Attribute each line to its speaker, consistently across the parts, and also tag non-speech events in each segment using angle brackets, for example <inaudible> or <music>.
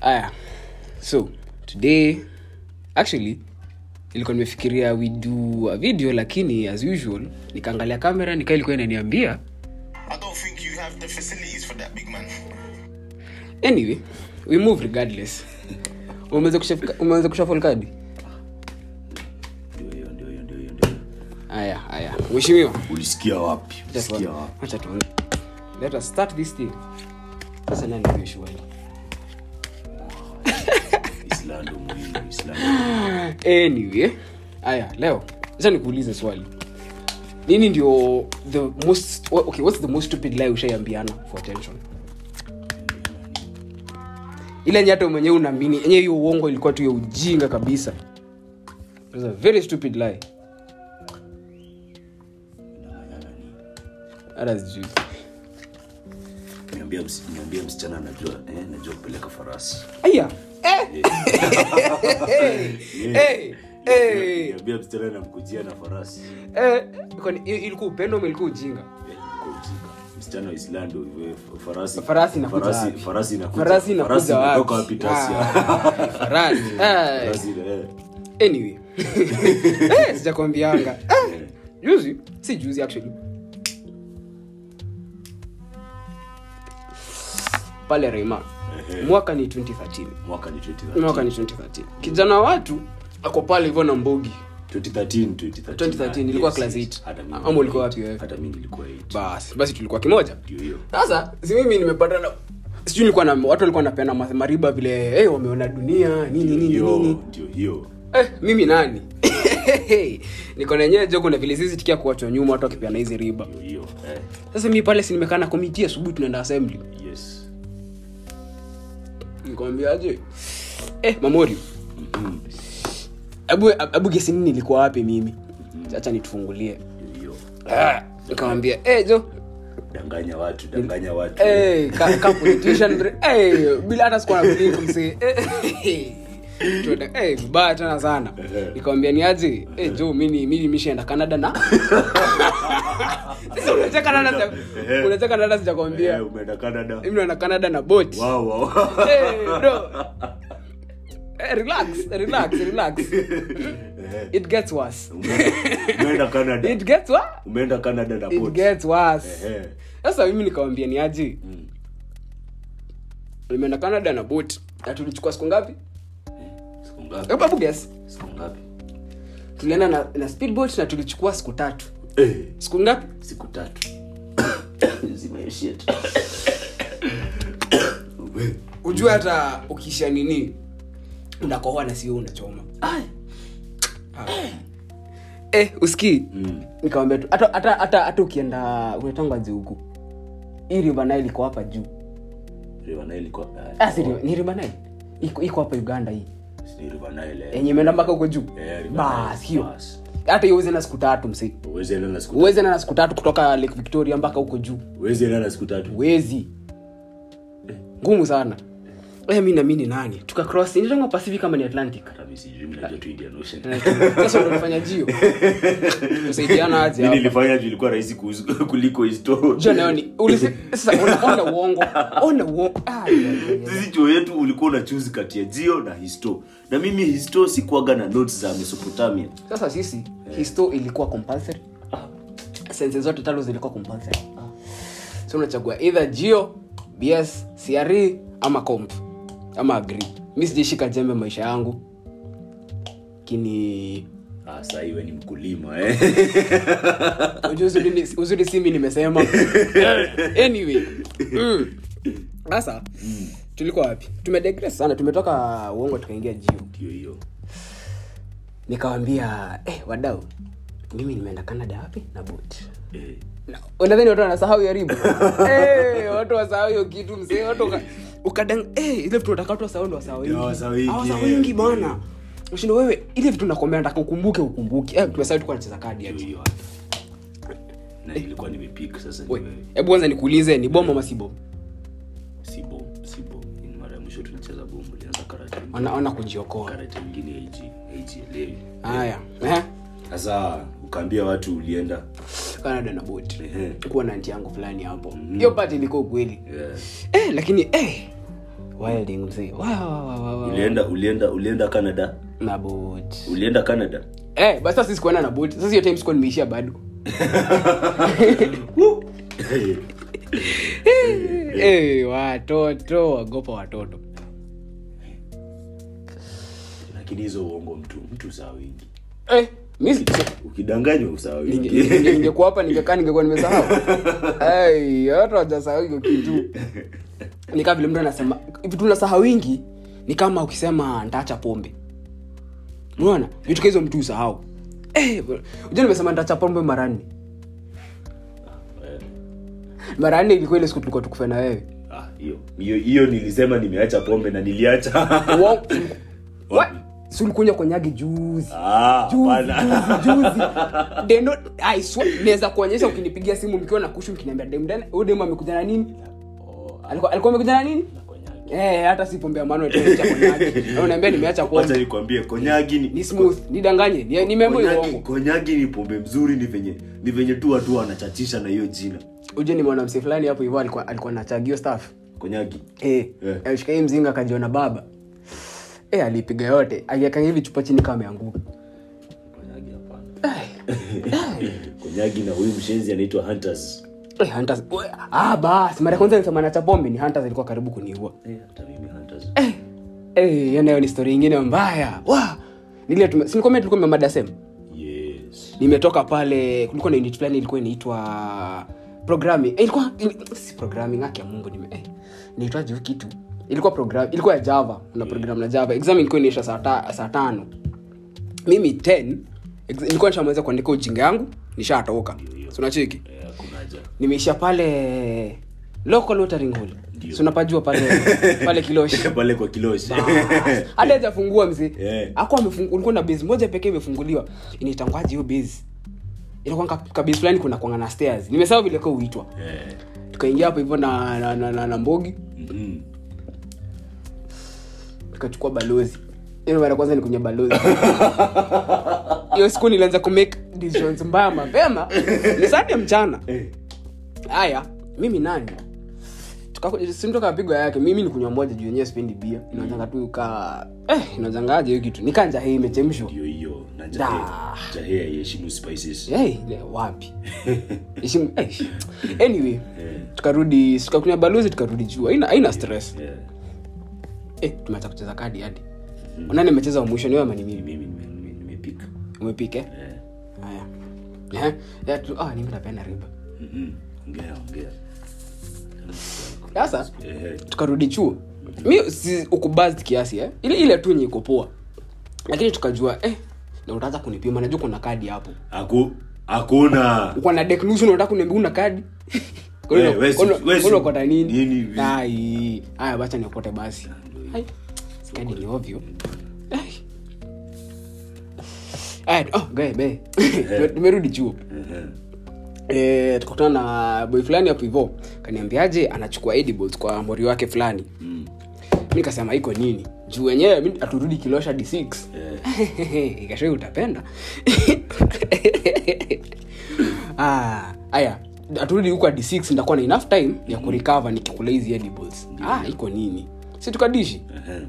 Speaker 1: aya so today actually ilikuwa nimefikiria we do a video lakini as usual nikaangalia kamera nikaa ilikuwa inaniambia
Speaker 2: I don't think you have the facilities for that, big man.
Speaker 1: anyway we move regardless umeweza kushafika- umeweza kushafol kadi
Speaker 3: Ndio hiyo, ndio hiyo, ndio hiyo, ndio hiyo.
Speaker 1: aya haya mheshimiwa
Speaker 3: ulisikia wapi
Speaker 1: Just
Speaker 3: ulisikia
Speaker 1: one.
Speaker 3: wapi
Speaker 1: Acha tuone. Let us start this thing. Sasa nani huyo shughuli?
Speaker 3: islando muhimu islando
Speaker 1: Anyway, aya leo sasa nikuulize swali. Nini ndio the most wha- okay, what's the most stupid lie ushaiambiana for attention? Ile yenye hata mwenyewe unaamini, yenye hiyo uongo ilikuwa tu ya ujinga kabisa. It was a very stupid lie. Hata sijui.
Speaker 3: niambia ms- niambia msichana najua eh, najua kupeleka farasi
Speaker 1: Aya. Eh.
Speaker 3: Eh,
Speaker 1: Eh. Eh.
Speaker 3: niambia msichana namkujia na farasi
Speaker 1: Eh, kwani hiyo ilikuwa upendo ama ilikuwa ujinga
Speaker 3: Eh, niko mjinga. msichana wa islando eh, farasi
Speaker 1: Farasi inakuja
Speaker 3: farasi-
Speaker 1: wapi?
Speaker 3: farasi inakuja-
Speaker 1: farasi
Speaker 3: farasi
Speaker 1: inakuja wapi
Speaker 3: inatoka wapi tasia
Speaker 1: Ah,
Speaker 3: <laughs>
Speaker 1: farasi Ah,
Speaker 3: farasi eh, <laughs>
Speaker 1: anyway Eh, sijakwambianga Eh,
Speaker 3: eh.
Speaker 1: juzi si juzi actually pale reima mwaka ni 2013
Speaker 3: mwaka ni 2013.
Speaker 1: mwaka ni 2013 kijana watu ako pale hivyo na mbogi
Speaker 3: 2013, 2013.
Speaker 1: 2013, ilikuwa
Speaker 3: Ah, Yes,
Speaker 1: class
Speaker 3: yes.
Speaker 1: eight.
Speaker 3: Hata mimi
Speaker 1: Ama
Speaker 3: nilikuwa
Speaker 1: ulikuwa
Speaker 3: eight.
Speaker 1: wapi wewe?
Speaker 3: Hata mimi nilikuwa eight.
Speaker 1: basi basi tulikuwa kimoja
Speaker 3: Ndio hiyo.
Speaker 1: sasa si mimi nimepatana sijui nilikuwa na watu walikuwa napeana ma- mariba vile hey, wameona dunia nini nini
Speaker 3: Hiyo,
Speaker 1: nini
Speaker 3: ndio hiyo
Speaker 1: eh, mimi nani <laughs> niko nenyewe jo kuna vile sisi tikia kuachwa nyuma watu wakipeana hizi riba
Speaker 3: ndio hiyo eh,
Speaker 1: sasa mi pale sinimekaa na komiti asubuhi tunaenda assembly
Speaker 3: yes
Speaker 1: nikwambiaje eh, mamori hebu hebu gesi nini nilikuwa wapi mimi acha nitufungulie
Speaker 3: ndio hiyo
Speaker 1: ah, nikamwambia eh, jo
Speaker 3: danganya watu danganya watu
Speaker 1: Eh, ka- ka politician, re- eh, bila hata sikuwa na blink, msee. Eh, eh, <laughs> tuende- eh, vibaya tena sana nikawambia ni aje eh, jo mini mini mishaenda canada na <laughs> Sasa unacheka canada sija- unacheka canada sijakwambia
Speaker 3: Eh, umeenda canada
Speaker 1: mimi naenda canada na boti
Speaker 3: wow, wow.
Speaker 1: Eh, bro. Eh, relax relax relax it gets worse
Speaker 3: Umeenda- umeenda canada
Speaker 1: it gets what
Speaker 3: umeenda canada na
Speaker 1: it
Speaker 3: boat
Speaker 1: gets worse
Speaker 3: Eh,
Speaker 1: sasa mimi nikawambia ni aje nimeenda canada na bot na tulichukua siku ngapi
Speaker 3: siku ngapi
Speaker 1: hebu hebu guess
Speaker 3: siku ngapi
Speaker 1: tulienda na, na speedboat na tulichukua siku tatu
Speaker 3: eh
Speaker 1: siku ngapi
Speaker 3: siku <coughs> tatu zimeishia tu Uwe.
Speaker 1: ujue hata ukiisha nini unakohoa na sio unachoma Ah. eh usikii
Speaker 3: Mm.
Speaker 1: nikawambia tu hata hata hata hata ukienda unatangwaje huku hii ribanai iko hapa juu
Speaker 3: River Nile iko-
Speaker 1: ah, si River- ni ribanai iko iko hapa uganda hii
Speaker 3: si River Nile, eh.
Speaker 1: yenye imeenda mpaka huko juu
Speaker 3: Eh, River
Speaker 1: basi
Speaker 3: Nile,
Speaker 1: hiyo
Speaker 3: basi.
Speaker 1: hata hiyo uwezienda siku tatu msi
Speaker 3: Huwezi enda na siku
Speaker 1: uwezi enda na siku tatu kutoka lake victoria mpaka huko juu
Speaker 3: huwezi enda na siku tatu
Speaker 1: wezi ngumu sana Eh, mi nami ni nani tukacross nitonga pacific ama ni atlantic
Speaker 3: Hata mimi sijui, mimi najua tu Indian Ocean.
Speaker 1: Eh, sasa unafanya jio kusaidiana aje
Speaker 3: Mimi
Speaker 1: hapa?
Speaker 3: nilifanya juu ilikuwa rahisi kuhusu- <laughs> kuliko history.
Speaker 1: Jua nayo ni- ulisi- sasa ona- ona uongo ona uongo Ah, yeah, yeah, yeah.
Speaker 3: <laughs> sisi chuo yetu ulikuwa unachuzi kati ya jio na histo na mimi histo sikuaga na notes za mesopotamia
Speaker 1: sasa sisi histo ilikuwa compulsory sense zote tatu zilikuwa compulsory so unachagua either geo bs cre E, ama comp ama agri mi sijaishika jembe maisha yangu kini
Speaker 3: ah, sahi we ni mkulima eh.
Speaker 1: Unajua uzuri ni- uzuri simi nimesema
Speaker 3: <laughs>
Speaker 1: anyway mm. sasa tulikuwa wapi tumedegress sana tumetoka uongo tukaingia jio
Speaker 3: Ndio <laughs> hiyo
Speaker 1: nikawambia eh, wadau mimi nimeenda canada wapi na bot
Speaker 3: eh.
Speaker 1: Na- unadhani watu wanasahau yaribu <laughs> eh, watu wasahau hiyo kitu msee watu uka- ukadang eh, ile vitu nataka watu wasahau ndo wasahau
Speaker 3: Ndio wasahau
Speaker 1: wingi
Speaker 3: wingi,
Speaker 1: hawasahau
Speaker 3: eh.
Speaker 1: wingi bwana ushindo wewe ile vitu nakwambia nataka ukumbuke ukumbuke eh, tumesahau tulikuwa tunacheza kadi
Speaker 3: Ndio
Speaker 1: ati.
Speaker 3: hiyo na ilikuwa nimepik sasa
Speaker 1: We,
Speaker 3: niwe-
Speaker 1: hebu kwanza nikuulize ni bomba masibo
Speaker 3: si bom si bom Ni mara ya mwisho tunacheza bomu lianza karate
Speaker 1: wana, wana kujiokoa
Speaker 3: karate ingine ag agelewi
Speaker 1: haya eh?
Speaker 3: sasa ukaambia watu ulienda
Speaker 1: canada na bot
Speaker 3: Ehe.
Speaker 1: kuwa na nti yangu fulani hapo hiyo mm. pati ilikuwa ukweli
Speaker 3: yeah.
Speaker 1: eh, lakini eh, wilding mzee Wa- wa- wa- wa- wa-
Speaker 3: ulienda ulienda ulienda canada
Speaker 1: na bot
Speaker 3: ulienda canada
Speaker 1: eh basi sasa sikuenda na bot sasa hiyo time sikuwa nimeishia bado eh watoto wagopa watoto
Speaker 3: lakini hizo uongo mtu mtu saa wingi
Speaker 1: eh mimi si-
Speaker 3: ukidanganywa usaa
Speaker 1: ninge- ninge-
Speaker 3: wingi <laughs>
Speaker 1: ningekuwa hapa ningekaa ningekuwa nimesahau Ai, watu hawajasahau hiyo kitu ni kama vile mtu anasema vitu tunasahau wingi ni kama ukisema nitaacha pombe unaona vitu kaizo mtu usahau eh, unajua nimesema nitaacha pombe mara nne
Speaker 3: Eh,
Speaker 1: mara nne ilikuwa ile siku tulikuwa tukufa na wewe
Speaker 3: Ah, hiyo hiyo hiyo nilisema nimeacha pombe na niliacha <laughs>
Speaker 1: Uongo. What? Si ulikunywa konyagi juzi
Speaker 3: Ah,
Speaker 1: Juzi,
Speaker 3: hapana.
Speaker 1: juzi, juzi.
Speaker 3: <laughs>
Speaker 1: They know- I swear, naweza kuonyesha ukinipigia simu mkiwa na kushu mkiniambia dem dana huyu dem amekuja na nini
Speaker 3: Oh.
Speaker 1: alikuwa alikuwa amekuja na nini eh hata si pombe ya maana eti ameacha konyagi.
Speaker 3: <laughs>
Speaker 1: Na unaniambia nimeacha
Speaker 3: wacha
Speaker 1: pombe
Speaker 3: nikwambie konyagi ni,
Speaker 1: ni smooth nidanganye ni, ni membo
Speaker 3: konyagi-
Speaker 1: uongo
Speaker 3: konyagi ni pombe mzuri ni venye ni venye tu watu wanachachisha na hiyo jina
Speaker 1: uje ni mwanamsi fulani hapo hivyo alikuwa alikuwa anachagio staff
Speaker 3: konyagi
Speaker 1: eh
Speaker 3: Eh.
Speaker 1: alishika hii mzinga akajiona baba eh alipiga yote akiweka hivi chupa chini kama ameanguka Eh,
Speaker 3: konyagi <laughs> hapana konyagi na huyu mshenzi anaitwa hunters
Speaker 1: eh hunters we- ah basi mara ya kwanza nilisema nacha pombe ni hunters alikuwa karibu kuniua
Speaker 3: Eh, hata mimi hunters
Speaker 1: Eh, hiyo nayo ni story nyingine mbaya wa nilikuwa tulikuwa memada sehemu
Speaker 3: yes
Speaker 1: nimetoka pale kulikuwa na unit fulani ilikuwa inaitwa programming eh, ilikuwa il- si programming haki ya mungu nime eh, naitwa juu kitu ilikuwa program ilikuwa ya java na program na java exam ilikuwa inaisha saa ta- saa tano mimi 10 ex- nilikuwa nishamaliza kuandika ujinga yangu nishatoka sunachiki
Speaker 3: Eh, hakuna haja.
Speaker 1: nimeisha pale local watering hole sunapajua pale pale kiloshi
Speaker 3: <laughs> pale kwa kiloshi
Speaker 1: hata hajafungua mzee
Speaker 3: Yeah.
Speaker 1: Hakuwa amefungu- ulikuwa na base moja pekee imefunguliwa inaitangwaje hiyo base inakuwa kabase fulani kuna kwanga na stairs nimesahau vile kwa huitwa
Speaker 3: <laughs> Eh,
Speaker 1: tukaingia hapo hivyo na, na, na, na, na mbogi
Speaker 3: mhm.
Speaker 1: tukachukua balozi hiyo mara ya kwanza nikunywa balozi hiyo siku nilianza kumake decisions mbaya mapema ni saa ya mchana
Speaker 3: Eh,
Speaker 1: haya mimi nani Tukaku- si mtu akapigwa yake mimi nikunywa moja juu yenyewe sipendi bia inaanzanga tu ka eh, inaanzangaje hiyo kitu nikanja hii imechemshwa
Speaker 3: hiyo hiyo na
Speaker 1: Da.
Speaker 3: jahe jahe haiheshimu spices
Speaker 1: Hey, le- Eh, wapi Heshima- eh. anyway tukarudi tukakunya balozi tukarudi juu haina haina stress
Speaker 3: Eh,
Speaker 1: eh, tumeacha kucheza kadi hadi unani amecheza wa mwisho ni wewe ama ni mimi
Speaker 3: mimi nime- nime- nimepika
Speaker 1: umepika eh?
Speaker 3: Eh,
Speaker 1: haya Eh, ya tu ah mimi napenda riba
Speaker 3: mhm. ongea ongea
Speaker 1: sasa
Speaker 3: Eh,
Speaker 1: tukarudi chuo mi si ukubazed kiasi eh? ile ile tu yenye iko poa lakini tukajua eh na utaanza kunipima najua kuna kadi hapo
Speaker 3: haku- hakuna
Speaker 1: uko na deck nusu na unataka kuniambia una
Speaker 3: <laughs>
Speaker 1: kadi Kwa hiyo
Speaker 3: Eh, we si-
Speaker 1: kwa hiyo-
Speaker 3: we si-
Speaker 1: kwa hiyo ukota
Speaker 3: nini
Speaker 1: nini
Speaker 3: vi-
Speaker 1: Ai, haya wacha niokote basi Ai, si kadi ni ovyo Ai. Aya, oh, gae, be. <laughs> Tume- tumerudi chuo
Speaker 3: Eh,
Speaker 1: Eh, tukakutana na boy fulani hapo hivo kaniambiaje anachukua edibles kwa mori wake fulani
Speaker 3: mm.
Speaker 1: mi kasema iko nini juu wenyewe mi aturudi kilosha d6 <laughs>
Speaker 3: Eh.
Speaker 1: ikashoi utapenda Ah, aya aturudi huko hadi 6 nitakuwa na enough time ya kurecover nikikula hizi edibles ah, iko nini si tukadishi
Speaker 3: Eh,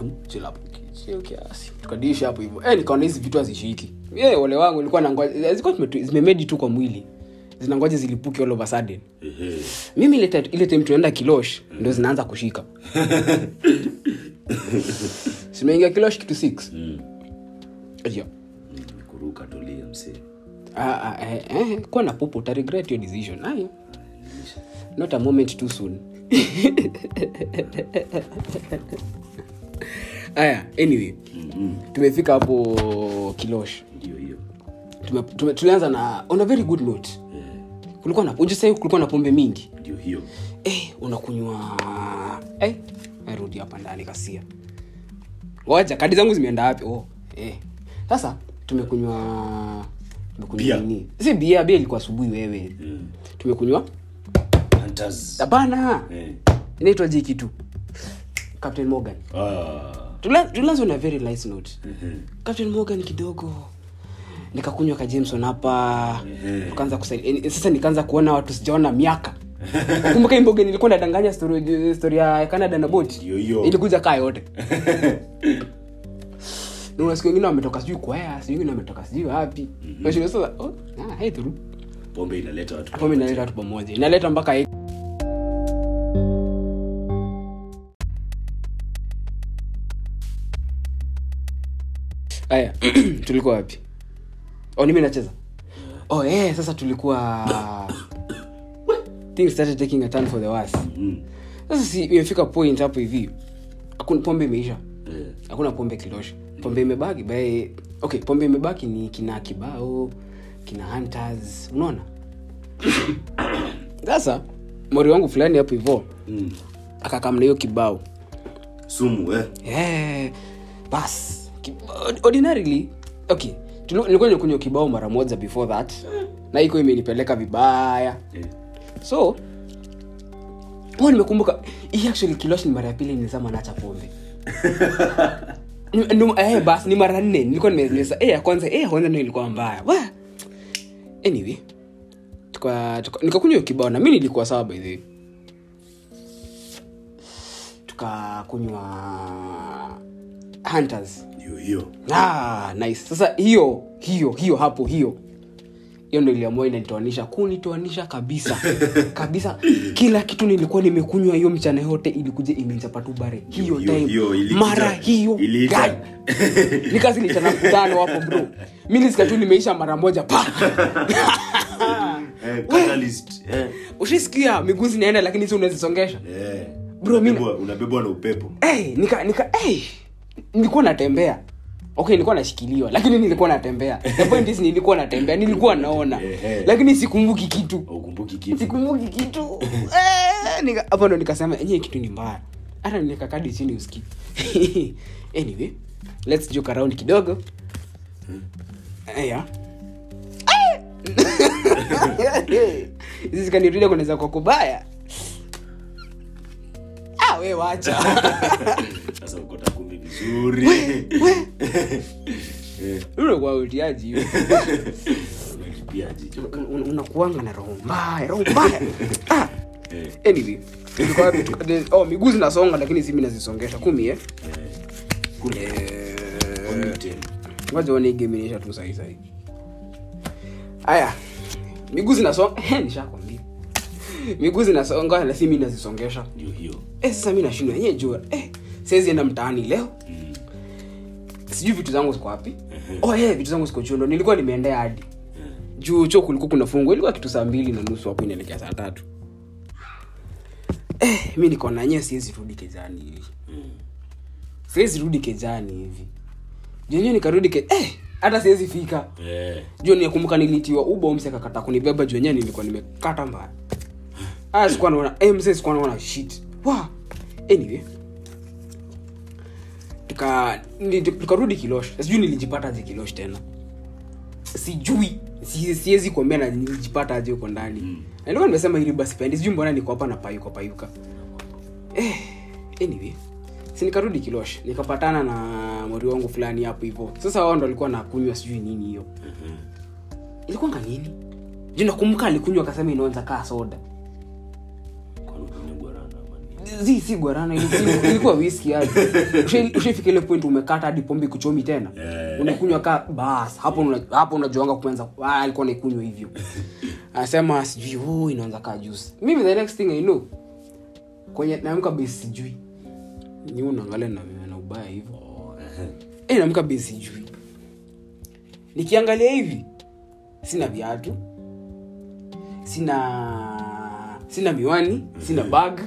Speaker 1: Hmm, Chill up, chill kiasi tukadishi hapo hivyo eh, nikaona hizi vitu hazishiki yeah, ole wangu ilikuwa nangoja zilikuwa zimetu- zimemedi tu kwa mwili zinangoja zilipuke all of a sudden
Speaker 3: eh,
Speaker 1: mimi ile time- ile time tunaenda kilosh ndo zinaanza kushika simeingia kilosh kitu 6
Speaker 3: mm.
Speaker 1: yeah.
Speaker 3: Mm, kuruka tolia msee
Speaker 1: Ah, ah, eh, eh, kuwa na pupu utaregret your decision ayo not a moment too soon <laughs> aya anyway tumefika hapo kilosh
Speaker 3: ndio hiyo
Speaker 1: Tume- tume- tulianza na on a very good note
Speaker 3: Eh,
Speaker 1: kulikuwa na unajua sasa hivi kulikuwa na pombe mingi
Speaker 3: ndio hiyo
Speaker 1: eh, unakunywa eh, narudi hapa ndani kasia waja kadi zangu zimeenda wapi oh, eh. sasa tumekunywa tumekunywa
Speaker 3: Bia.
Speaker 1: nini si bia bia ilikuwa asubuhi wewe
Speaker 3: Mm.
Speaker 1: tumekunywa
Speaker 3: Hunters.
Speaker 1: hapana
Speaker 3: Eh,
Speaker 1: inaitwa ji kitu captain morgan
Speaker 3: ah,
Speaker 1: Tula- tulianza na very nice note
Speaker 3: eh,
Speaker 1: captain morgan kidogo eh, nikakunywa ka jameson hapa tukaanza kusaini- eh, sasa nikaanza kuona watu sijaona miaka <laughs> kumbuka imboge nilikuwa nadanganya story story ya canada na bot
Speaker 3: Ndio hiyo.
Speaker 1: ilikuja kaa yote na unasikia wengine wametoka sijui kwaya sijui wengine wametoka sijui wapi nashinda sasa oh, ah, hey, through
Speaker 3: pombe inaleta watu
Speaker 1: pombe inaleta watu pamoja inaleta mpaka hii. aya <clears throat> tulikuwa wapi oh, nimi nacheza oh, eh, sasa tulikuwa <coughs> things started taking a turn for the worse
Speaker 3: Mm.
Speaker 1: sasa si imefika point hapo hivi hakuna pombe imeisha
Speaker 3: Eh.
Speaker 1: hakuna pombe kilosha pombe imebaki bae okay pombe imebaki ni kina kibao kina hunters unaona sasa mori wangu fulani hapo hivo
Speaker 3: Mm.
Speaker 1: akakamna hiyo kibao
Speaker 3: sumu eh.
Speaker 1: Eh, bas Ki- od- ordinarily okay tulu- nilikuwa nikunywa kibao mara moja before that na iko imenipeleka vibaya
Speaker 3: Eh.
Speaker 1: so huwa nimekumbuka hii actually kilosh ni mara ya pili nizama nacha pombe Ni- ni- eh, bas ni mara nne nilikuwa nimeza eh, ya kwanza eh, ya kwanza ndio ilikuwa mbaya Wah. anyway tuka- tuka- nikakunywa hiyo kibao na mi nilikuwa sawa by the way tukakunywa hunters
Speaker 3: hiyo hiyo
Speaker 1: ah, nice sasa hiyo hiyo hiyo hapo hiyo hiyo ndo iliamua inanitoanisha kunitoanisha
Speaker 3: <laughs>
Speaker 1: kabisa kabisa kila kitu nilikuwa nimekunywa hiyo mchana yote ilikuja imenichapa tu bare hiyo
Speaker 3: Hiyo,
Speaker 1: time
Speaker 3: hiyo, ilikuja-
Speaker 1: mara hiyo
Speaker 3: iliita.
Speaker 1: gani. nikazilichana kutano hapo bro milisika tu nimeisha mara moja
Speaker 3: <laughs>
Speaker 1: pa <laughs>
Speaker 3: eh, catalyst eh.
Speaker 1: ushisikia miguu zinaenda lakini si unazisongesha
Speaker 3: Eh.
Speaker 1: Bro, mimi- Eh!
Speaker 3: Unabebwa- unabebwa na upepo
Speaker 1: hey, nika nika hey, nilikuwa natembea okay nilikuwa nashikiliwa lakini nilikuwa natembea the point is nilikuwa natembea nilikuwa naona
Speaker 3: Ehe.
Speaker 1: lakini sikumbuki kitu
Speaker 3: aukumbuki kitu
Speaker 1: sikumbuki kitu Eh, nika- hapo ndo nikasema enyewe kitu ni mbaya hata nikakadi chini uski <laughs> anyway let's joke around kidogo Eh, aya Eh. <laughs> sisi kanirudi kunaweza kwa kubaya ah, we wacha
Speaker 3: sasa ukota kumi vizuri Eh,
Speaker 1: unakuwa utiaji hiyo.
Speaker 3: unalipiaje?
Speaker 1: Un- un- unakuanga na roho mbaya roho mbaya Ah,
Speaker 3: Eh,
Speaker 1: <laughs> anyway tulikuwa wapi? Tuka- the- oh, miguu zinasonga lakini si mi nazisongesha kumi eh?
Speaker 3: eh,
Speaker 1: Eh,
Speaker 3: only ten.
Speaker 1: ngoja uone hii game inaisha tu sahi sahi haya miguu zinasonga <laughs> nishakwambia miguu zinasonga na si mi nazisongesha
Speaker 3: Ndio hiyo
Speaker 1: eh, sasa mi nashindwa yenye jua eh, siwezi enda mtaani leo sijui vitu zangu ziko wapi oh, eh, vitu zangu ziko chundo nilikuwa nimeendea hadi juu cho kulikuwa kunafungwa ilikuwa kitu saa mbili na nusu hapo inaelekea saa tatu eh, mi nikaona yenyewe siwezi rudi kejani hivi siwezi rudi kejani hivi jenyewe nikarudi ke eh, hata siwezi fika
Speaker 3: Eh,
Speaker 1: juu nikumbuka nilitiwa uba mse akakata kunibeba juu yenyewe nilikuwa nimekata mbaya aya sikuwa naona eh, mse sikuwa naona shit wa anyway tuka nili- tukarudi kilosh sijui nilijipataje kilosh tena sijui si- siwezi kuambia na nilijipataje huko ndani na nilikuwa nimesema hili basi pendi sijui mbona niko hapa na payuka payuka eh, anyway si nikarudi kilosh nikapatana na mori wangu fulani hapo hivyo sasa wao ndo walikuwa nakunywa sijui nini hiyo ilikuwanga nini juu nakumbuka alikunywa akasema inaonza kaa soda
Speaker 3: kwani unakunywa guarana ama nini?
Speaker 1: zi si gwarana ilikuwa- ilikuwa wiski hadi Ushe- ushafika ile point umekata hadi pombe kuchomi tena
Speaker 3: Eh.
Speaker 1: unakunywa kaa bas hapo una- hapo unajuanga kuanza ah, alikuwa naikunywa hivyo anasema sijui oh, inaanza kaa juice mimi the next thing i know kwenye naamka base sijui ni unaangalia na na ubaya hivyo
Speaker 3: Oh, eh,
Speaker 1: Eh, naamka bei sijui nikiangalia hivi sina viatu sina sina miwani sina bag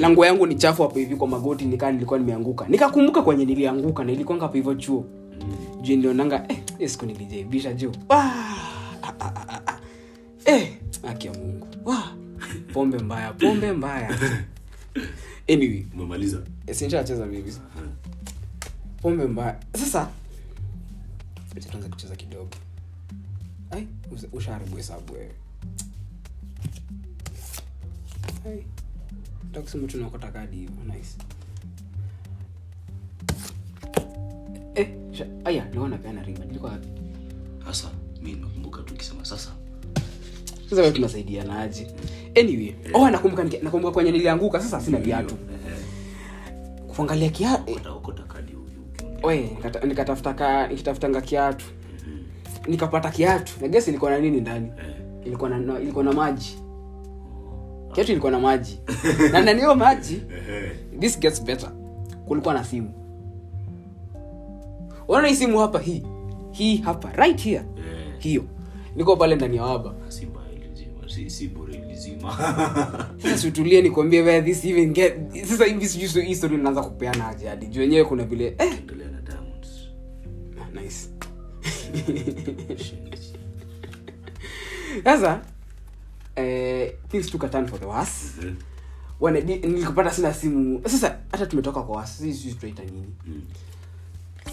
Speaker 1: na nguo yangu ni chafu hapo hivi kwa magoti nikaa nilikuwa nimeanguka nikakumbuka kwenye nilianguka na ilikuwanga hapo hivyo chuo juu nilionanga eh, hiyo siku nilijaibisha juu ah, ah, ah, ah, ah. eh, haki ya mungu Wah, pombe mbaya pombe mbaya anyway
Speaker 3: umemaliza
Speaker 1: sinshacheza mimi pombe mbaya sasa acha tuanze kucheza kidogo ai uza- ushaharibu hesabu wewe Ai, nataka kusema tunaokota kadi hivyo nice Eh, sha- aya nilikuwa napeana riba nilikuwa wapi?
Speaker 3: hasa mi nakumbuka tukisema sasa
Speaker 1: sasa wewe tunasaidianaje anyway oh nakumbuka niki- nakumbuka kwenye nilianguka sasa sina viatu kuangalia kiatu
Speaker 3: Utaokota kadi huyu.
Speaker 1: nikatafuta nikatafuta ka- nikitafutanga kiatu nikapata kiatu na gesi ilikuwa na nini ndani ilikuwa na, na ilikuwa na maji kiatu ilikuwa na maji na ndani hiyo maji this gets better kulikuwa na simu unaona hii simu hapa hii hii hapa right here
Speaker 3: Eh.
Speaker 1: hiyo niko pale ndani ya waba
Speaker 3: Si Baeli nzima, si- si Boreli nzima.
Speaker 1: sasa situlie nikwambie where this even get sasa hivi sijui hizo- hii story inaanza kupeana aje hadi juu wenyewe kuna vile eh,
Speaker 3: Endelea na Diamonds.
Speaker 1: nice
Speaker 3: Shit.
Speaker 1: sasa eh, things took a turn for the worse
Speaker 3: Eh,
Speaker 1: Wana- ni- nilikupata sina simu sasa hata tumetoka kwa wasi sisi sijui tunaita nini
Speaker 3: Mm.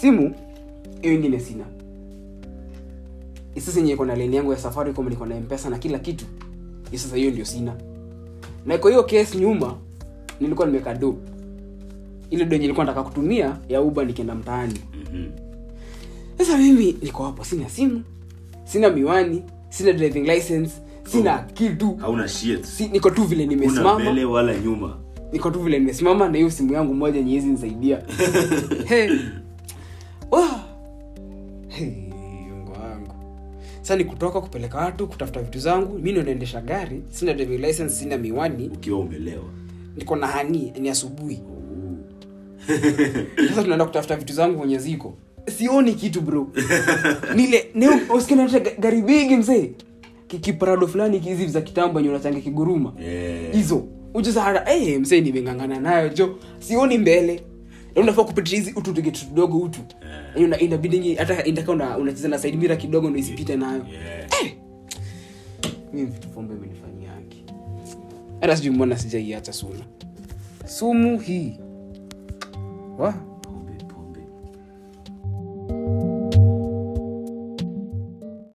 Speaker 1: simu hiyo ingine sina sasa yenye iko na leni yangu ya safari kama niko na mpesa na kila kitu hii sasa hiyo ndio sina na kwa hiyo case nyuma nilikuwa nimeka do ile do yenye nilikuwa nataka kutumia ya uba nikienda mtaani
Speaker 3: Mhm.
Speaker 1: sasa mimi niko hapo sina simu sina miwani sina driving license sina kitu
Speaker 3: hauna shit
Speaker 1: si, niko tu vile
Speaker 3: una
Speaker 1: nimesimama
Speaker 3: mbele wala nyuma
Speaker 1: niko tu vile nimesimama na hiyo simu yangu moja nyezi nisaidia
Speaker 3: <laughs>
Speaker 1: hey. wow. hey, Mungu wangu sasa ni kutoka kupeleka watu kutafuta vitu zangu mi ndo naendesha gari sina driving license sina miwani
Speaker 3: ukiwa umelewa
Speaker 1: niko na hani ni asubuhi sasa tunaenda kutafuta vitu zangu kwenye ziko sioni kitu
Speaker 3: <laughs>
Speaker 1: bro nile uskinata gari bigi mzee kikiparado fulani kizi za kitambo enye unachanga kiguruma
Speaker 3: Eh.
Speaker 1: hizo ujizahara eh, mzee nimengangana nayo jo sioni mbele na unafaa kupitia hizi utu tugetu tudogo utu
Speaker 3: Eh.
Speaker 1: yeah. inabidingi hata indaka una- unacheza na side mira kidogo ndo isipite nayo Eh!
Speaker 3: Yeah.
Speaker 1: mimi vitu pombe imenifanyia haki hata sijui mbona sijaiacha suna sumu hii wa